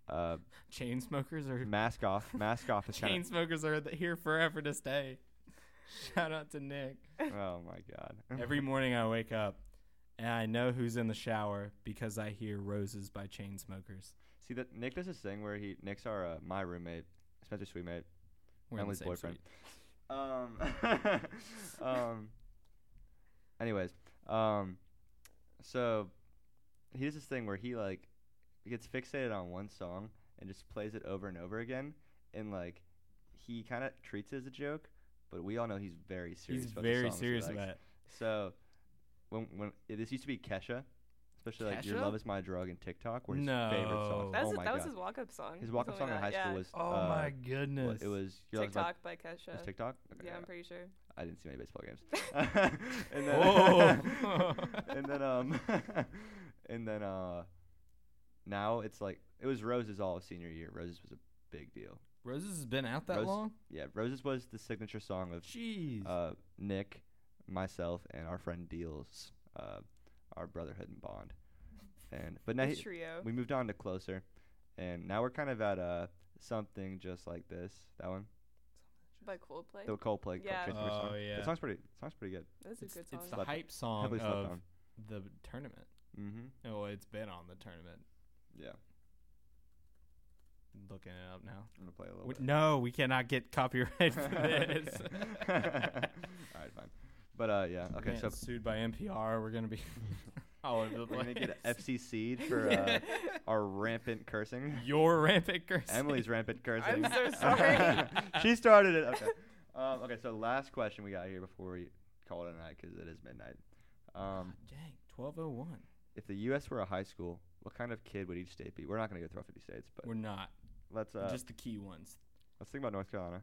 uh, chain smokers are mask off, mask off is chain kind smokers are th- here forever to stay. Shout out to Nick. of. Oh my god. Every morning I wake up and I know who's in the shower because I hear "Roses" by chain smokers. See that Nick does this thing where he Nick's our uh, my roommate, Spencer's sweet mate, We're in the Emily's same boyfriend. suite. Um, um. Anyways, um, so he does this thing where he like gets fixated on one song and just plays it over and over again, and like he kind of treats it as a joke, but we all know he's very serious. He's about the very songs he serious likes. about it. So when when it, this used to be Kesha, especially like "Your Kesha? Love Is My Drug" and TikTok were his favorite No. songs. That's oh his- my that was god, his walk up song. his He walk-up song told me in high that, school yeah. was. Oh uh, my what- goodness! It was "Your Love Is My." TikTok by Kesha. was TikTok. Okay, Yeah, I- I'm pretty sure. I didn't see many baseball games. and then, Oh. and then, um, and then, uh, now it's like it was Roses all of senior year. Roses was a big deal. "Roses" has been out that Rose- long. Yeah, Roses was the signature song of Jeez. uh, Nick, myself, and our friend Deals, uh, our brotherhood and bond. And but now The he, trio. we moved on to closer, and now we're kind of at uh something just like this. That one, by Coldplay. the Coldplay. Yeah. Coldplay song. Oh, yeah. The song's pretty. The song's pretty good. That's a it's, good song. it's the Slept- hype song Heavily of slept on. the tournament. Mm-hmm. Oh, well, it's been on the tournament. Yeah, Looking it up now. I'm gonna play a little. We- bit. no, we cannot get copyright for Okay. this. All right, fine. But uh, yeah, okay. Man, so sued by NPR. We're gonna be all over the we're gonna place. get FCC'd for uh, our rampant cursing. Your rampant curse. Emily's rampant cursing. I'm so sorry. she started it. Okay. Um, okay. So last question we got here before we call it a night because it is midnight. Um, Dang, twelve oh one. if the U.S. were a high school, what kind of kid would each state be? We're not gonna go through all 50 states, but We're not. let's uh, Just the key ones. let's think about North Carolina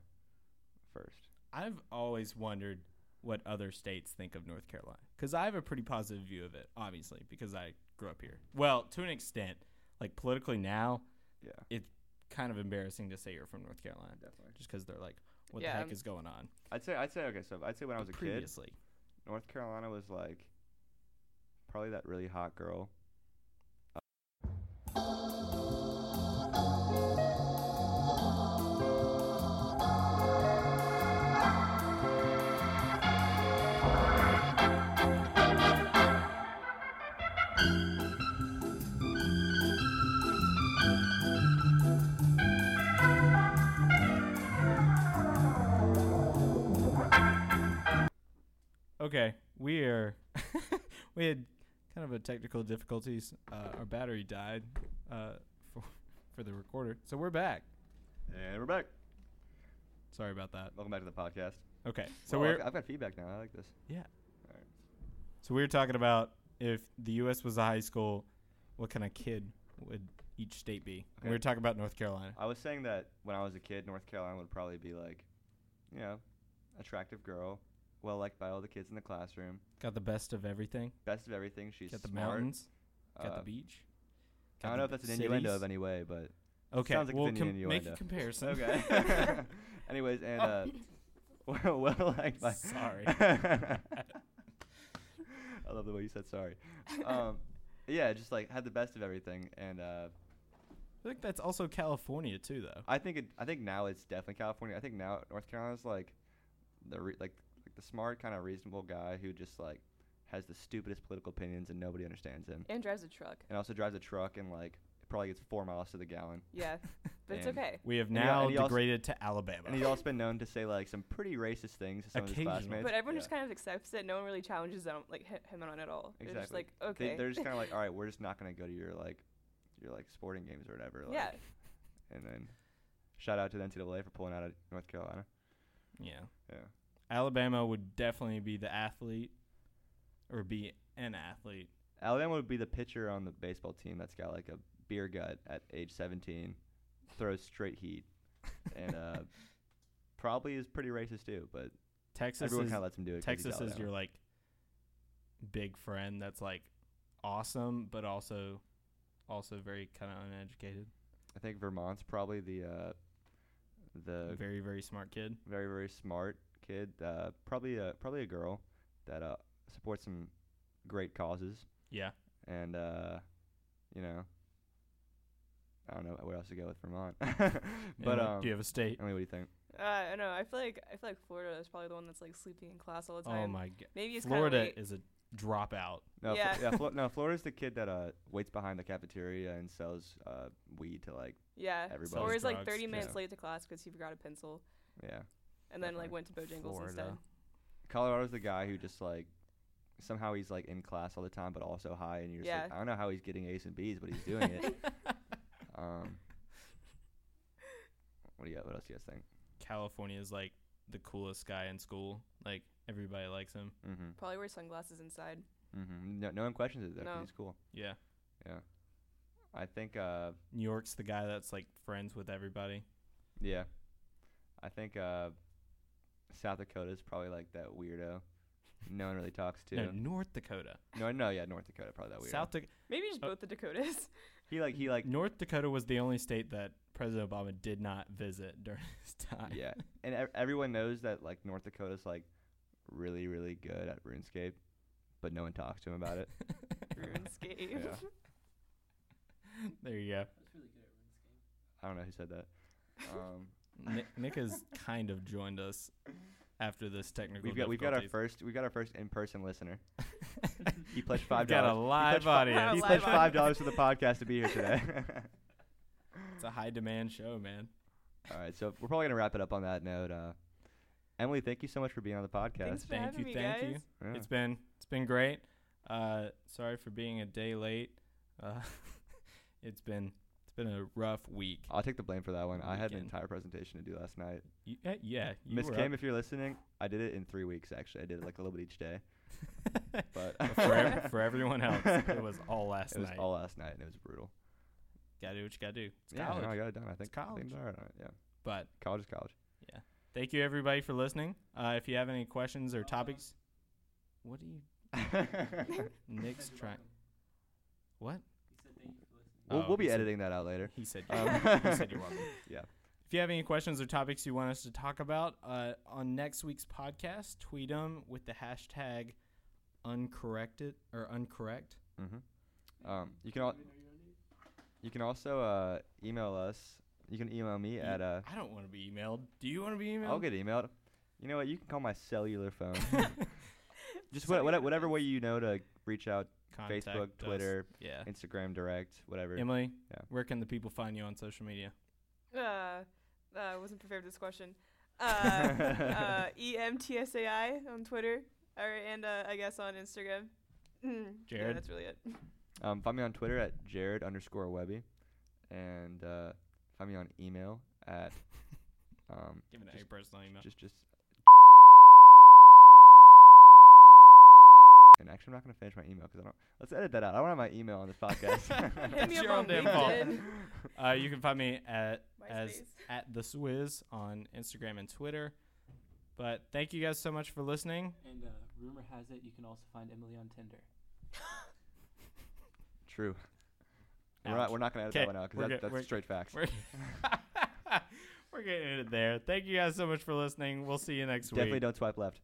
first. I've always wondered what other states think of North Carolina because I have a pretty positive view of it, obviously, because I grew up here. Well, to an extent, like politically now, Yeah, it's kind of embarrassing to say you're from North Carolina definitely. just because they're like, what Yeah. the heck is going on. I'd say I'd say okay. So I'd say when I was a kid, previously. North Carolina was like probably that really hot girl. Okay, we are. we had kind of a technical difficulties. Uh, our battery died uh, for for the recorder, so we're back. And we're back. Sorry about that. Welcome back to the podcast. Okay, so Well, I've we're got- I've got feedback now. I like this. yeah. Alright. So we were talking about if the U.S. was a high school, what kind of kid would each state be? And We Okay. were talking about North Carolina. I was saying that when I was a kid, North Carolina would probably be like, you know, attractive girl, well liked by all the kids in the classroom, Got the best of everything. best of everything. She's Got the smart. mountains. Got uh, the beach. I don't know if that's an innuendo of any way, but Okay, sounds like we'll an com- make innuendo. a comparison. okay. Anyways, Oh. and uh, well, well liked by. Sorry. I love the way you said sorry. Um, yeah, just like had the best of everything, and uh, I think that's also California too, though. I think it, I think now it's definitely California. I think now North Carolina's like the re- like like the smart kind of reasonable guy who just like has the stupidest political opinions and nobody understands him, And drives a truck. and also drives a truck and like probably gets four miles to the gallon. Yeah, but it's And- okay. We have And he al- now and he also- degraded to Alabama. And he's also been known to say like some pretty racist things to some of his Occasional. classmates. But everyone Yeah. just kind of accepts it. No one really challenges them, like hi- him on it at all. They're just Exactly. like, okay. they, they're just kind of like, all right, we're just not gonna go to your like your like sporting games or whatever. Like, yeah, And then shout out to the NCAA for pulling out of North Carolina. yeah. Yeah. Alabama would definitely be the athlete or be an athlete. Alabama would be the pitcher on the baseball team that's got like a beer gut at age 17, throws straight heat, and uh, probably is pretty racist too. But Texas everyone is kind of lets him do it. 'cause he's Texas is Alabama. your like big friend that's like awesome but also also very kind of uneducated. I think Vermont's probably the uh, the Very very smart kid. very very smart kid. Uh, probably a probably a girl that uh, supports some great causes, Yeah. and uh, you know, I don't know where else to go with Vermont. but And, um, do you have a state? I mean, what do you think? uh, I don't know. I feel like I feel like Florida is probably the one that's like sleeping in class all the time. Oh my god. Maybe it's kind of Florida late. is a dropout. No, yeah. Yeah. yeah Flo- no, Florida's the kid that uh, waits behind the cafeteria and sells uh, weed to like, yeah, everybody. or Sells is like drugs, 30 yeah. minutes late to class because he forgot a pencil yeah. and then Definitely. like went to Bojangles instead. Florida. Colorado's the guy who just like somehow he's like in class all the time, but also high, and you're just like, Yeah. I don't know how he's getting A's and B's, but he's doing it. um, what do you got? What else do you guys think? California is like the coolest guy in school. Like everybody likes him. Mm-hmm. Probably wear sunglasses inside. Mm-hmm. No, no one questions it though. 'cause No. He's cool. Yeah. I think. Uh, New York's the guy that's like friends with everybody. yeah, I think uh, South Dakota's probably like that weirdo. No one really talks to. No, North Dakota. No, no, yeah, North Dakota probably that weirdo. South Dak- Maybe just Oh. both the Dakotas. He like he like North Dakota was the only state that President Obama did not visit during his time. yeah, and ev- everyone knows that like North Dakota's like really really good at RuneScape, but no one talks to him about it. RuneScape. Yeah. There you go. I don't know who said that. Um, Nick, Nick has kind of joined us after this technical. we've got we've got our difficulties. first we've got our first in person listener. He pledged five got a dollars. live fi- audience. Our He live pledged five audience. dollars to the podcast to be here today. It's a high demand show, man. All right, so we're probably gonna wrap it up on that note. Uh, Emily, thank you so much for being on the Thanks podcast. for Thank having you, me, thank guys. you. Yeah. It's been it's been great. Uh, sorry for being a day late. Uh, it's been it's been a rough week. I'll take the blame for that one. I had an Weekend. entire presentation to do last night. You, eh, yeah, you Miss were Kim, up. if you're listening, I did it in three weeks. Actually, I did it like a little bit each day, but But for, ev- for everyone else, it was all last it was night. all last night and it was brutal. gotta do what you gotta do. It's yeah, college. no, I got it done. I think I think college. I'm all right on it, Yeah, But college is college. thank you everybody for listening. Uh, if you have any questions or topics, what do you? Nick's trying. What? we'll Oh, we'll he be said- Oh, editing that out later. He said. Um, he said you're welcome. yeah. If If you have any questions or topics you want us to talk about uh, on next week's podcast, tweet them with the hashtag uncorrected or uncorrect. Mm-hmm. Um, you can al- you can also uh, email us. You can email E me at uh, I don't want to be emailed. Do you want to be emailed? I'll get emailed. You know what? You can call my cellular phone. Just what, what, whatever way you know to reach out. Contact Facebook, us. Twitter, Yeah. Instagram, direct, whatever. Emily, Yeah. where can the people find you on social media? Uh, uh, I wasn't prepared for this question. Uh, uh, EMTSAI on Twitter, or, and uh, I guess on Instagram. Mm, Yeah, Jared? that's really it. Um, find me on Twitter at Jared underscore Webby, and uh, find me on email at um, Give it just- a personal email. just just. And actually, I'm not gonna finish my email because I don't. Let's edit that out. I don't have my email on this podcast. Hit me It's up your on own damn fault. LinkedIn. Uh, you can find me at as MySpace. at the Swizz on Instagram and Twitter. But thank you guys so much for listening. And uh, rumor has it you can also find Emily on Tinder. True. We're not, Ouch. we're not gonna edit Okay, that one out we're because that, good, we're- that's straight facts. We're, We're getting it there. Thank you guys so much for listening. We'll see you next week. Definitely don't swipe left.